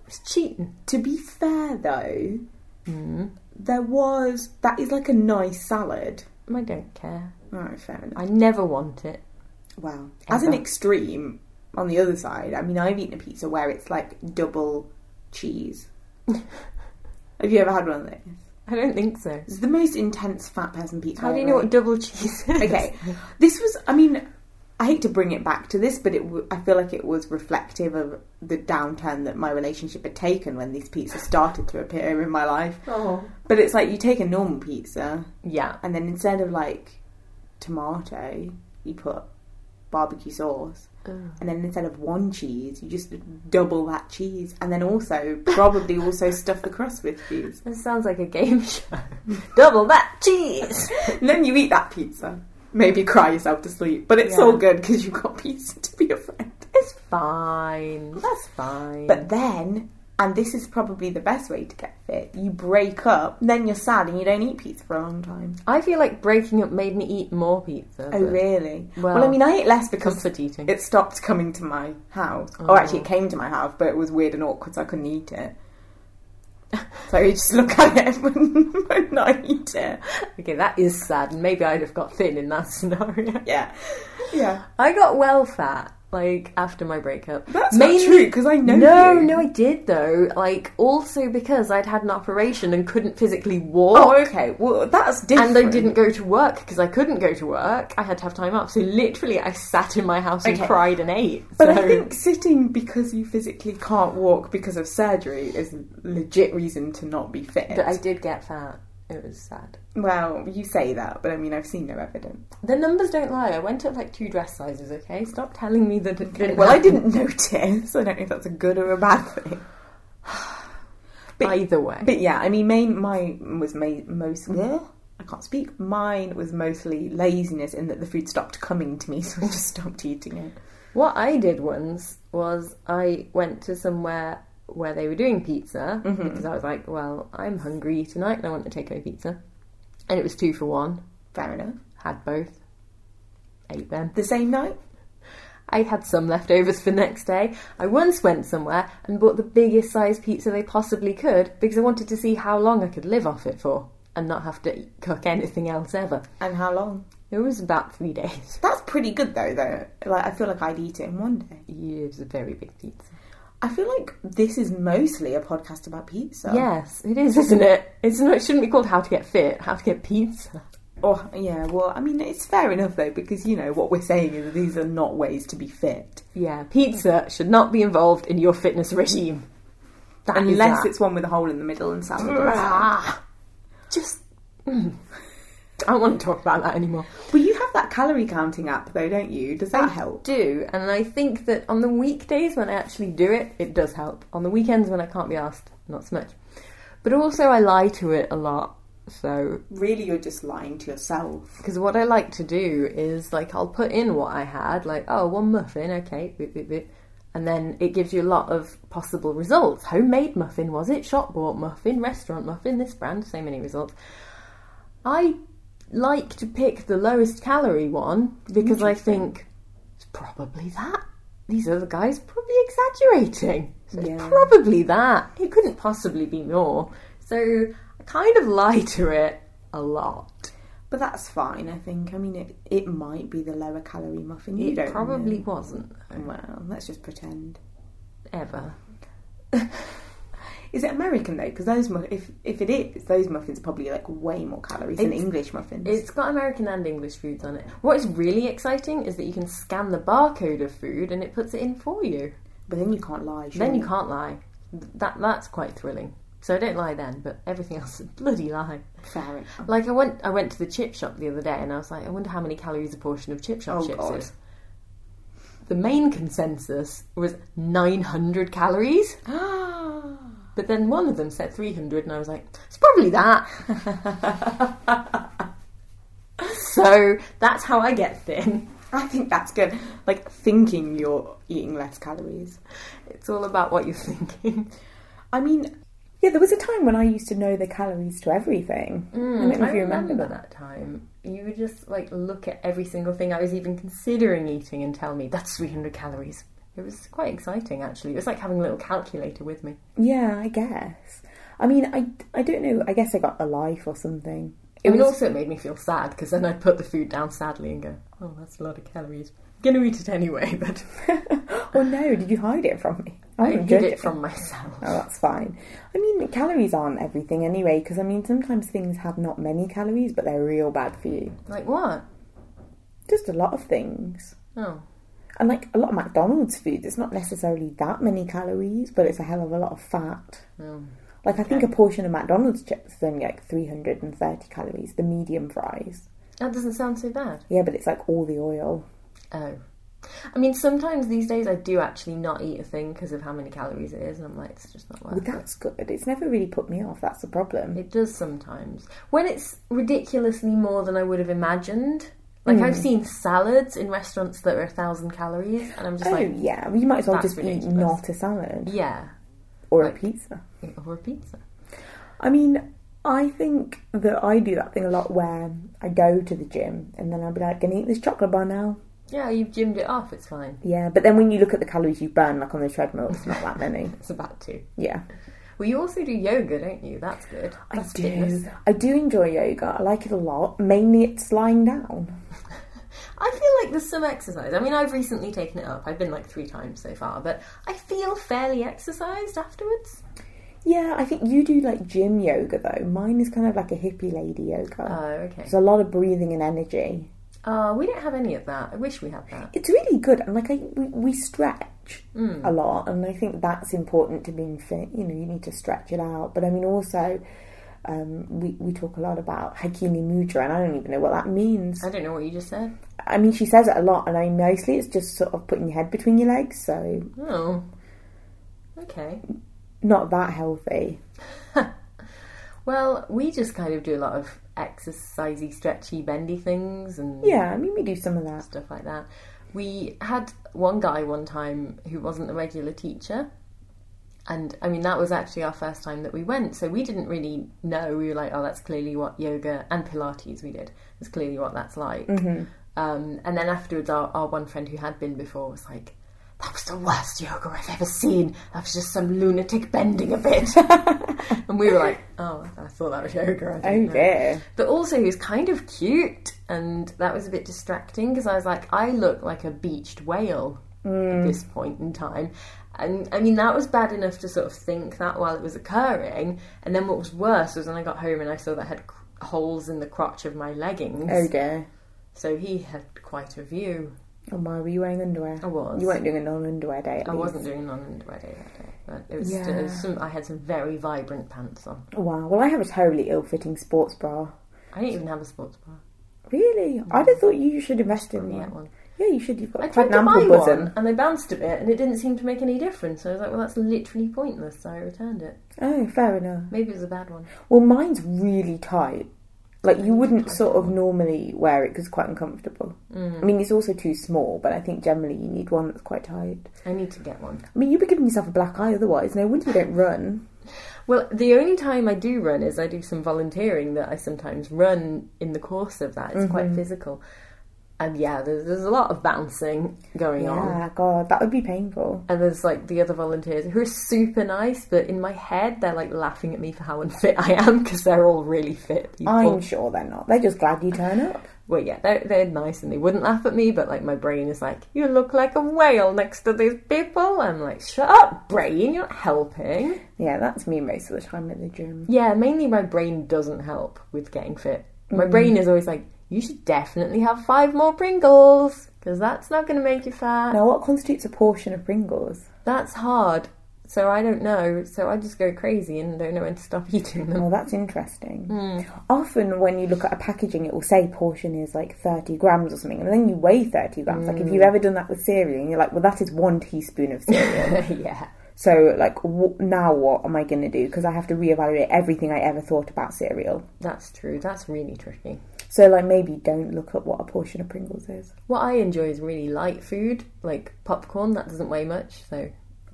It's cheating. Mm. To be fair though, there was that is like a nice salad. Mm, I don't care. Alright, fair enough. I never want it. Wow. As an Ever. extreme on the other side, I mean I've eaten a pizza where it's like double cheese. Have you ever had one of those? I don't think so. It's the most intense fat person pizza. How do you I've know ever what double cheese is? ate. Okay, this was. I mean, I hate to bring it back to this, but it. w- I feel like it was reflective of the downturn that my relationship had taken when these pizzas started to appear in my life. Oh. But it's like you take a normal pizza, Yeah. and then instead of like tomato, you put barbecue sauce. And then instead of one cheese, you just double that cheese, and then also probably also stuff the crust with cheese. This sounds like a game show. double that cheese! And then you eat that pizza, maybe cry yourself to sleep, but it's Yeah. all good because you've got pizza to be your friend. It's fine. That's fine. But then, and this is probably the best way to get fit, you break up, then you're sad and you don't eat pizza for a long time. I feel like breaking up made me eat more pizza. Oh, but really? Well, Well, I mean, I ate less because Comfort eating. it stopped coming to my house. Oh. Or actually, it came to my house, but it was weird and awkward, so I couldn't eat it. So you just look at it when, when I eat it. okay, that is sad, and maybe I'd have got thin in that scenario. Yeah. Yeah. I got well fat, like, after my breakup. That's not true because I know no, you. no, I did though. Like, also because I'd had an operation and couldn't physically walk. Oh, okay. Well, that's different. And I didn't go to work because I couldn't go to work. I had to have time off. So literally, I sat in my house Okay. and cried and ate. But so I think sitting because you physically can't walk because of surgery is a legit reason to not be fit. but I did get fat. It was sad. well, you say that, but I mean, I've seen no evidence. The numbers don't lie. I went up like two dress sizes. Okay, stop telling me that it didn't. Well, I happen. didn't notice. I don't know if that's a good or a bad thing. But- Either way. But yeah, I mean, main, mine was ma- most. bleh, I can't speak. Mine was mostly laziness in that the food stopped coming to me, so I just stopped eating it. What I did once was I went to somewhere where they were doing pizza because I was like, well, I'm hungry tonight and I want to take away pizza. And it was two for one. Fair enough. Had both. Ate them. The same night, I had some leftovers for next day. I once went somewhere and bought the biggest size pizza they possibly could because I wanted to see how long I could live off it for and not have to cook anything else ever. and how long? It was about three days. That's pretty good though, though. Like, I feel like I'd eat it in one day. Yeah, It was a very big pizza. I feel like this is mostly a podcast about pizza. Yes, it is, isn't it? It's not, it shouldn't be called How to Get Fit, How to Get Pizza. Or yeah, well, I mean, it's fair enough though because you know what we're saying is that these are not ways to be fit Yeah, pizza should not be involved in your fitness regime. That is unless that. it's one with a hole in the middle and salad. and stuff. Ah, just. mm. I don't want to talk about that anymore. Well, you have that calorie counting app though, don't you? Does that help? do, and I think that on the weekdays when I actually do it, it does help. On the weekends when I can't be asked, not so much. But also, I lie to it a lot. So, Really, you're just lying to yourself. because what I like to do is like I'll put in what I had, like oh one muffin, okay, boop, boop, boop. and then it gives you a lot of possible results. Homemade muffin was it? Shop bought muffin, restaurant muffin, this brand, so many results. I like to pick the lowest calorie one because I think it's probably that. These other guys probably exaggerating. So it's Yeah. probably that. It couldn't possibly be more. So I kind of lie to it a lot. But that's fine, I think. I mean, it, it might be the lower calorie muffin. You it don't probably wasn't know. Well, let's just pretend. ever. Is it American though? Because those mu- if if it is, those muffins are probably like way more calories than It's- English muffins. It's got American and English foods on it. What is really exciting is that you can scan the barcode of food and it puts it in for you. but then you can't lie. Then surely. you can't lie. Th- That that's quite thrilling. So I don't lie then, but everything else is a bloody lie. Fair enough. Like I went I went to the chip shop the other day and I was like, I wonder how many calories a portion of chip shop Oh, chips God. is. The main consensus was 900 calories, but then one of them said 300, and I was like, it's probably that. So that's how I get thin. I think that's good. Like thinking you're eating less calories. It's all about what you're thinking. I mean, yeah, there was a time when I used to know the calories to everything. I Mm, don't know Hmm, if you remember, that. time. You would just like look at every single thing I was even considering eating and tell me that's 300 calories. It was quite exciting actually. It was like having a little calculator with me. Yeah, I guess. I mean, I, I don't know. I guess I got a life or something. It It mean, was also it made me feel sad because then I'd put the food down sadly and go, oh, that's a lot of calories. I'm going to eat it anyway, but or Oh, no? Did you hide it from me? I don't hid judge it from myself. Oh, that's fine. I mean, calories aren't everything anyway, because I mean, sometimes things have not many calories, but they're real bad for you. Like what? Just a lot of things. Oh, And like a lot of McDonald's food, it's not necessarily that many calories, but it's a hell of a lot of fat. no. Like, I think a portion of McDonald's chips is only like 330 calories, the medium fries. That doesn't sound so bad. Yeah, but it's like all the oil. Oh. I mean, sometimes these days I do actually not eat a thing because of how many calories it is, and I'm like, it's just not But worth it. that's good. It's never really put me off, that's the problem. It does sometimes. When it's ridiculously more than I would have imagined. Like, Hmm. I've seen salads in restaurants that are a thousand calories, and I'm just Oh, like, yeah. Well, you might as well that's just eat ridiculous. not a salad yeah, or a Like- pizza. or a pizza. I mean, I think that I do that thing a lot where I go to the gym and then I'll be like, gonna eat this chocolate bar now. Yeah, you've gymmed it off, it's fine. Yeah, but then when you look at the calories you burn, like on the treadmill, it's not that many. It's about two. Yeah. Well, you also do yoga, don't you? That's good. That's I do. fitness. I do enjoy yoga. I like it a lot. Mainly it's lying down. I feel like there's some exercise. I mean, I've recently taken it up. I've been like three times so far, but I feel fairly exercised afterwards. Yeah, I think you do like gym yoga though. Mine is kind of like a hippie lady Oh, yoga. okay. There's a lot of breathing and energy. Uh, we don't have any of that. I wish we had that. It's really good, and like I, we, we stretch Hmm. a lot, and I think that's important to being fit. You know, you need to stretch it out. But I mean, also, um, we we talk a lot about Hakini Mudra, and I don't even know what that means. I don't know what you just said. I mean, she says it a lot, and I mostly it's just sort of putting your head between your legs. So Oh. Okay. not that healthy. Well, we just kind of do a lot of exercisey, stretchy, bendy things and Yeah, I mean, we do some of that. stuff like that. We had one guy one time who wasn't a regular teacher. And I mean, that was actually our first time that we went. So we didn't really know. We were like, oh, that's clearly what yoga and Pilates we did. That's clearly what that's like. Um, and then afterwards, our, our one friend who had been before was like, that was the worst yoga I've ever seen. That was just some lunatic bending of it. and we were like, oh, I thought that was yoga. I Oh didn't know." dear. But also, he was kind of cute, and that was a bit distracting because I was like, I look like a beached whale at this point in time. And I mean, that was bad enough to sort of think that while it was occurring. And then what was worse was when I got home and I saw that I had cr- holes in the crotch of my leggings. Oh dear. So he had quite a view. Oh my, were you wearing underwear? I was. You weren't doing a non-underwear day. At I least. wasn't doing non underwear day that day. But it was Yeah. still, it was some, I had some very vibrant pants on. Oh, Wow. Well, I have a totally ill-fitting sports bra. I didn't even have a sports bra. Really? Mm. I'd have thought you should invest in Yeah, one. one. Yeah, you should. You've got I quite tried an to buy ample bosom. one and they bounced a bit and it didn't seem to make any difference. So I was like, well, that's literally pointless. So I returned it. Oh, fair enough. Maybe it was a bad one. Well, mine's really tight. Like you wouldn't sort of normally wear it because it's quite uncomfortable. Mm. I mean, it's also too small, but I think generally you need one that's quite tight. I need to get one. I mean, you'd be giving yourself a black eye otherwise. No wonder you don't run. Well, the only time I do run is I do some volunteering that I sometimes run in the course of that. It's quite physical. And yeah, there's, there's a lot of bouncing going on. Yeah, God, that would be painful. And there's like the other volunteers who are super nice, but in my head, they're like laughing at me for how unfit I am because they're all really fit people. I'm sure they're not. They're just glad you turn up. Well, yeah, they're, they're nice and they wouldn't laugh at me, but like my brain is like, you look like a whale next to these people. I'm like, shut up, brain, you're not helping. Yeah, that's me most of the time at the gym. Yeah, mainly my brain doesn't help with getting fit. My brain is always like, you should definitely have five more Pringles because that's not going to make you fat. Now, what constitutes a portion of Pringles? That's hard. So I don't know. So I just go crazy and don't know when to stop eating them. Well, that's interesting. Often, when you look at a packaging, it will say portion is like 30 grams or something, and then you weigh 30 grams. Like, if you've ever done that with cereal, and you're like, well, that is one teaspoon of cereal. yeah. so, like, wh- now what am I going to do? Because I have to reevaluate everything I ever thought about cereal. That's true. That's really tricky. So, like, maybe don't look at what a portion of Pringles is. What I enjoy is really light food, like popcorn. That doesn't weigh much, so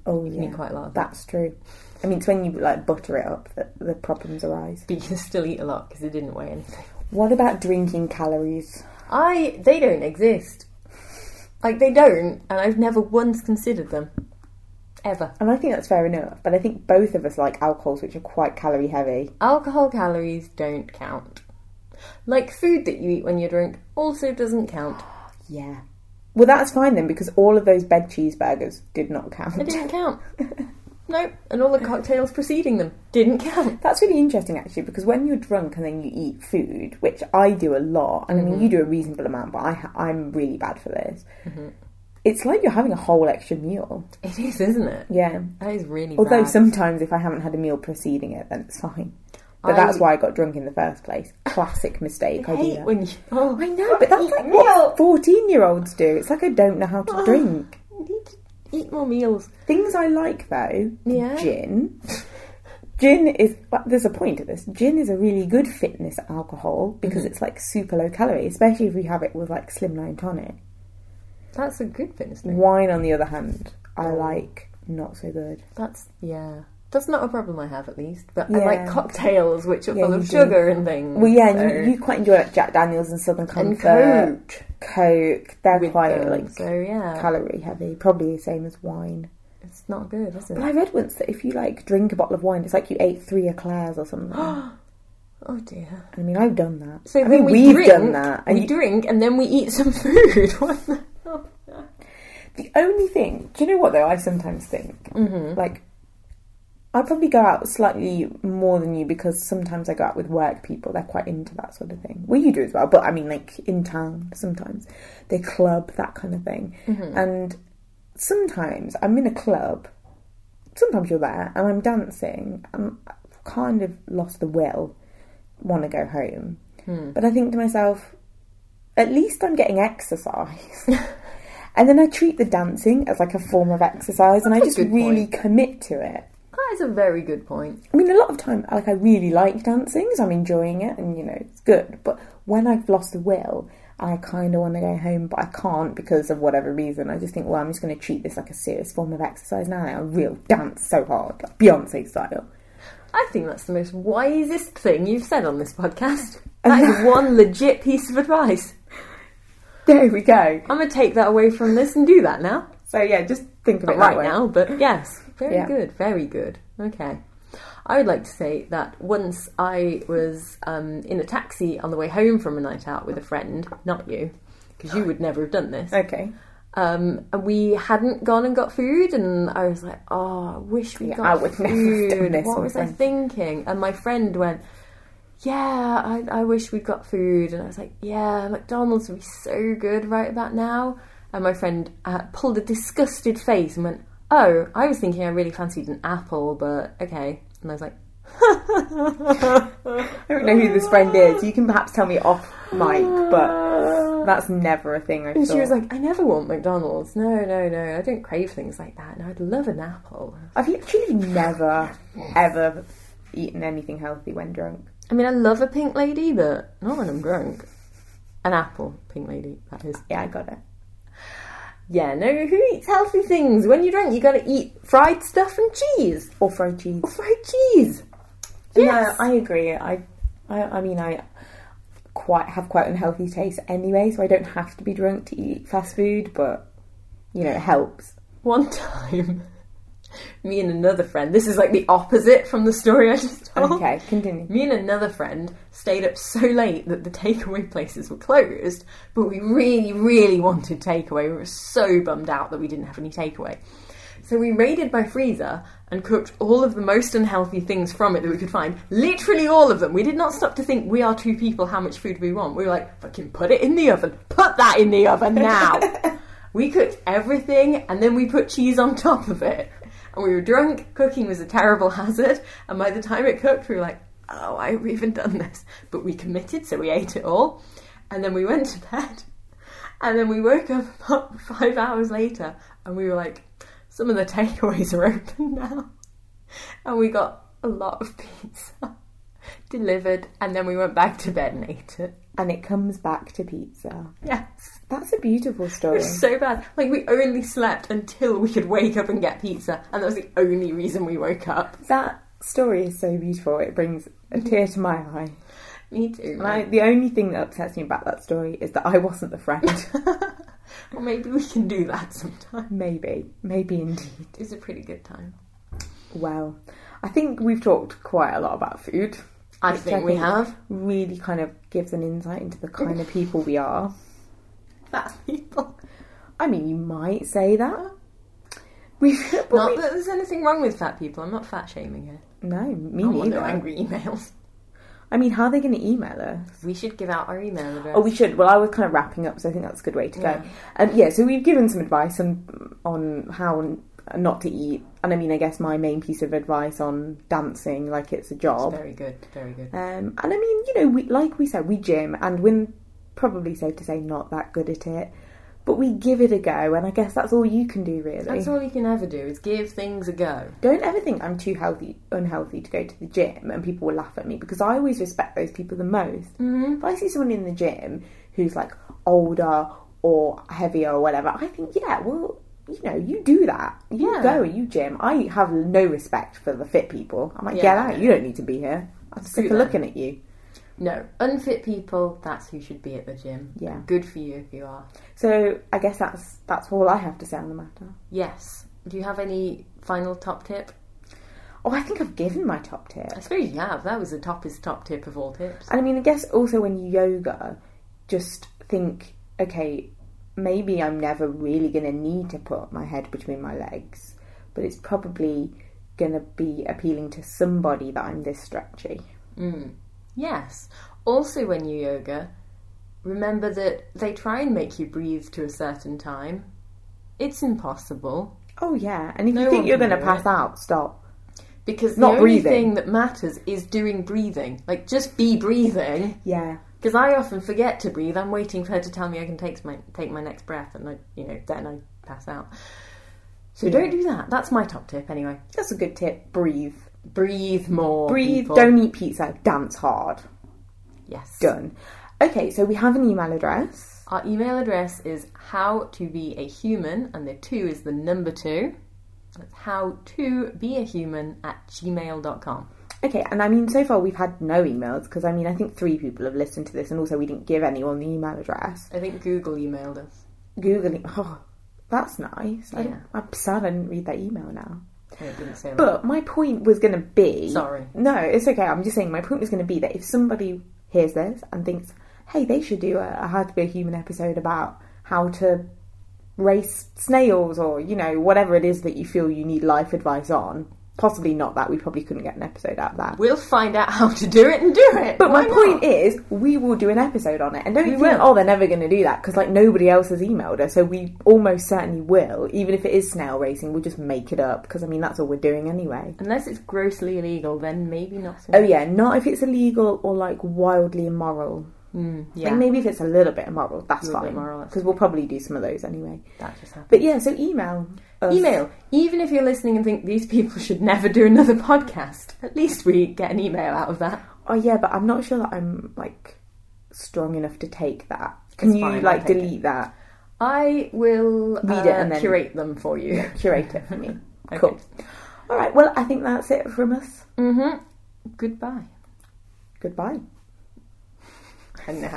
Oh, you can yeah. eat quite large. That's true. I mean, it's when you, like, butter it up that the problems arise. but you can still eat a lot because it didn't weigh anything. What about drinking calories? I they don't exist, like they don't, and I've never once considered them, ever. And I think that's fair enough, but I think both of us like alcohols, which are quite calorie heavy. Alcohol calories don't count. Like food that you eat when you're drunk also doesn't count. Yeah. Well, that's fine then, because all of those bed cheeseburgers did not It count. didn't count. nope, and all the cocktails preceding them didn't count. That's really interesting, actually, because when you're drunk and then you eat food, which I do a lot, and I mean, you do a reasonable amount, but I ha- I'm really bad for this. It's like you're having a whole extra meal. It is, isn't it? Yeah. That is really Although bad. sometimes if I haven't had a meal preceding it, then it's fine. But I- that's why I got drunk in the first place. Classic mistake. I, I do hate that. when you. Oh, I know, but that's like what 14 year olds do. It's like I don't know how Oh. to drink. you need to eat more meals. Things I like though, Yeah. gin. Gin is well, there's a point to this. Gin is a really good fitness alcohol because Mm-hmm. it's like super low calorie, especially if you have it with like slimline tonic. That's a good fitness thing. Wine, on the other hand, I Oh. like not so good. That's yeah. That's not a problem I have at least. But I Yeah. like cocktails which are Yeah, full you of do. sugar and things. Well, yeah, so- and you, you quite enjoy like Jack Daniels and Southern and Comfort, Coke Coke. They're with quite them, like so yeah, calorie heavy, probably the same as wine. it's not good, is it? But I read once that if you like drink a bottle of wine, it's like you ate three eclairs or something. Oh dear. I mean, I've done that. So I then mean, we we've drink, done that. And we you- drink and then we eat some food. What the- the only thing, do you know what though? I sometimes think, like, I probably go out slightly more than you because sometimes I go out with work people. They're quite into that sort of thing. Well, you do as well, but I mean, like in town sometimes they club that kind of thing. And sometimes I'm in a club. Sometimes you're there and I'm dancing. I'm I've kind of lost the will, want to go home. But I think to myself, at least I'm getting exercise. and then I treat the dancing as like a form of exercise and I That's just a good really commit to it. That is a very good point. I mean, a lot of time, like I really like dancing, so I'm enjoying it, and you know it's good. But when I've lost the will, I kind of want to go home, but I can't because of whatever reason. I just think, well, I'm just going to treat this like a serious form of exercise now. Like, I real dance so hard, like Beyonce style. I think that's the most wisest thing you've said on this podcast. That is one legit piece of advice. There we go. I'm going to take that away from this and do that now. So yeah, just think of Not it that right way. now, but yes, very Yeah. good, very good. Okay. I would like to say that once I was um, in a taxi on the way home from a night out with a friend, not you, because you would never have done this. Okay. Um, and we hadn't gone and got food, and I was like, "Oh, I wish we Yeah, got I would food." never have done this what with was I friends. thinking? And my friend went, "Yeah, I, I wish we'd got food." And I was like, "Yeah, McDonald's would be so good right about now." And my friend uh, pulled a disgusted face and went, "Oh, I was thinking I really fancied an apple, but okay." And I was like, I don't know who this friend is. You can perhaps tell me off mic, but that's never a thing I And she thought. was like, I never want McDonald's. No, no, no. I don't crave things like that. And I'd love an apple. I've literally never, ever eaten anything healthy when drunk. I mean, I love a pink lady, but not when I'm drunk. An apple, pink lady, that is. Yeah, I got it. Yeah, no, who eats healthy things? When you're drunk, you gotta eat fried stuff and cheese. Or fried cheese. Fried cheese! Yes! No, I agree. I, I, I mean, I quite have quite unhealthy taste anyway, so I don't have to be drunk to eat fast food, but you know, it helps. One time, me and another friend, this is like the opposite from the story I just told. Okay, continue. Me and another friend stayed up so late that the takeaway places were closed, but we really, really wanted takeaway. We were so bummed out that we didn't have any takeaway. So we raided my freezer and cooked all of the most unhealthy things from it that we could find. Literally all of them. We did not stop to think, we are two people, how much food we want. We were like, fucking put it in the oven. Put that in the oven now. We cooked everything and then we put cheese on top of it. And we were drunk, cooking was a terrible hazard, and by the time it cooked, we were like, oh, why have we even done this? But we committed, so we ate it all. And then we went to bed. And then we woke up about five hours later and we were like, some of the takeaways are open now. And we got a lot of pizza delivered, and then we went back to bed and ate it. And it comes back to pizza. Yes. That's a beautiful It story. was so bad. Like we only slept until we could wake up and get pizza, and that was the only reason we woke up. That story is so beautiful. It brings a Mm-hmm. tear to my eye. Me too. And I, the only thing that upsets me about that story is that I wasn't the friend. Well, maybe we can do that sometime. maybe, maybe indeed. It was a pretty good time. Well, I think we've talked quite a lot about food. I Which think I we think- have. Really, kind of gives an insight into the kind of people we are. Fat people. I mean, you might say that. We've but not we- that there's anything wrong with fat people. I'm not fat shaming here. no, me I want neither. no angry emails. I mean, how are they going to email us? We should give out our email address. Oh, we should. Well, I was kind of wrapping up, so I think that's a good way to go. Yeah. Um, yeah, so we've given some advice on on how n- not to eat, and I mean, I guess my main piece of advice on dancing, like it's a job. Very good. Very good. Um, and I mean, you know, we, like we said, we gym, and we're probably safe to say not that good at it, but we give it a go, and I guess that's all you can do, really. That's all you can ever do is give things a go. Don't ever think I'm too healthy, unhealthy to go to the gym, and people will laugh at me because I always respect those people the most. Mm-hmm. If I see someone in the gym who's like older or heavier or whatever, I think, yeah, well, you know, you do that. You Yeah. go, you gym. I have no respect for the fit people. I'm like, Yeah, get I out. know. You don't need to be here. I'm sick of them. looking at you. No, unfit people. That's who should be at the gym. Yeah. Good for you if you are. So I guess that's that's all I have to say on the matter. Yes. Do you have any final top tip? Oh, I think I've given my top tip. I suppose you have. That was the toppest top tip of all tips. And I mean, I guess also when you yoga, just think, okay, maybe I'm never really going to need to put my head between my legs, but it's probably going to be appealing to somebody that I'm this stretchy. Mm. Yes. Also, when you yoga, remember that they try and make you breathe to a certain time. It's impossible Oh, yeah. And if No you one think you're can going to do pass out, stop. because Not the only breathing. thing that matters is doing breathing. Like, just be breathing. Yeah. Because I often forget to breathe. I'm waiting for her to tell me I can take my take my next breath, and I, you know, then I pass out. So don't do that. That's my top tip anyway. That's a good tip. Breathe. Breathe more. Breathe. people. Don't eat pizza. Dance hard. Yes. Done. Okay, so we have an email address. Our email address is how to be a human, and the two is the number two. That's how to be a human at gmail.com. Okay, and I mean, so far we've had no emails because I mean, I think three people have listened to this, and also we didn't give anyone the email address. I think Google emailed us. Googling. Oh, that's nice. I, Yeah. I'm sad I didn't read that email now. Yeah, It didn't say that. But my point was going to be. Sorry. No, it's okay. I'm just saying my point was going to be that if somebody hears this and thinks, hey, they should do a, a How to Be a Human episode about how to race snails or, you know, whatever it is that you feel you need life advice on, possibly not that. We probably couldn't get an episode out of that. We'll find out how to do it and do it. But Why my not? point is, we will do an episode on it, and don't We think, will. oh, they're never going to do that because like nobody else has emailed us, so we almost certainly will. Even if it is snail racing, we'll just make it up because I mean that's all we're doing anyway. Unless it's grossly illegal, then maybe not. So Oh yeah, not if it's illegal or like wildly immoral. Mm, yeah, Like maybe if it's a little bit immoral, that's Little bit fine immoral, that's because we'll probably do some of those anyway. that just happened. But yeah, so email. us. Email. Even if you're listening and think these people should never do another podcast, at least we get an email out of that. Oh yeah, but I'm not sure that I'm like strong enough to take that. Can It's you fine, I'll like take it. delete that? I will Read uh, it and then- curate them for you. Curate it for me. Okay. Cool. All right. Well, I think that's it from us. Mm-hmm. Goodbye. Goodbye. And now.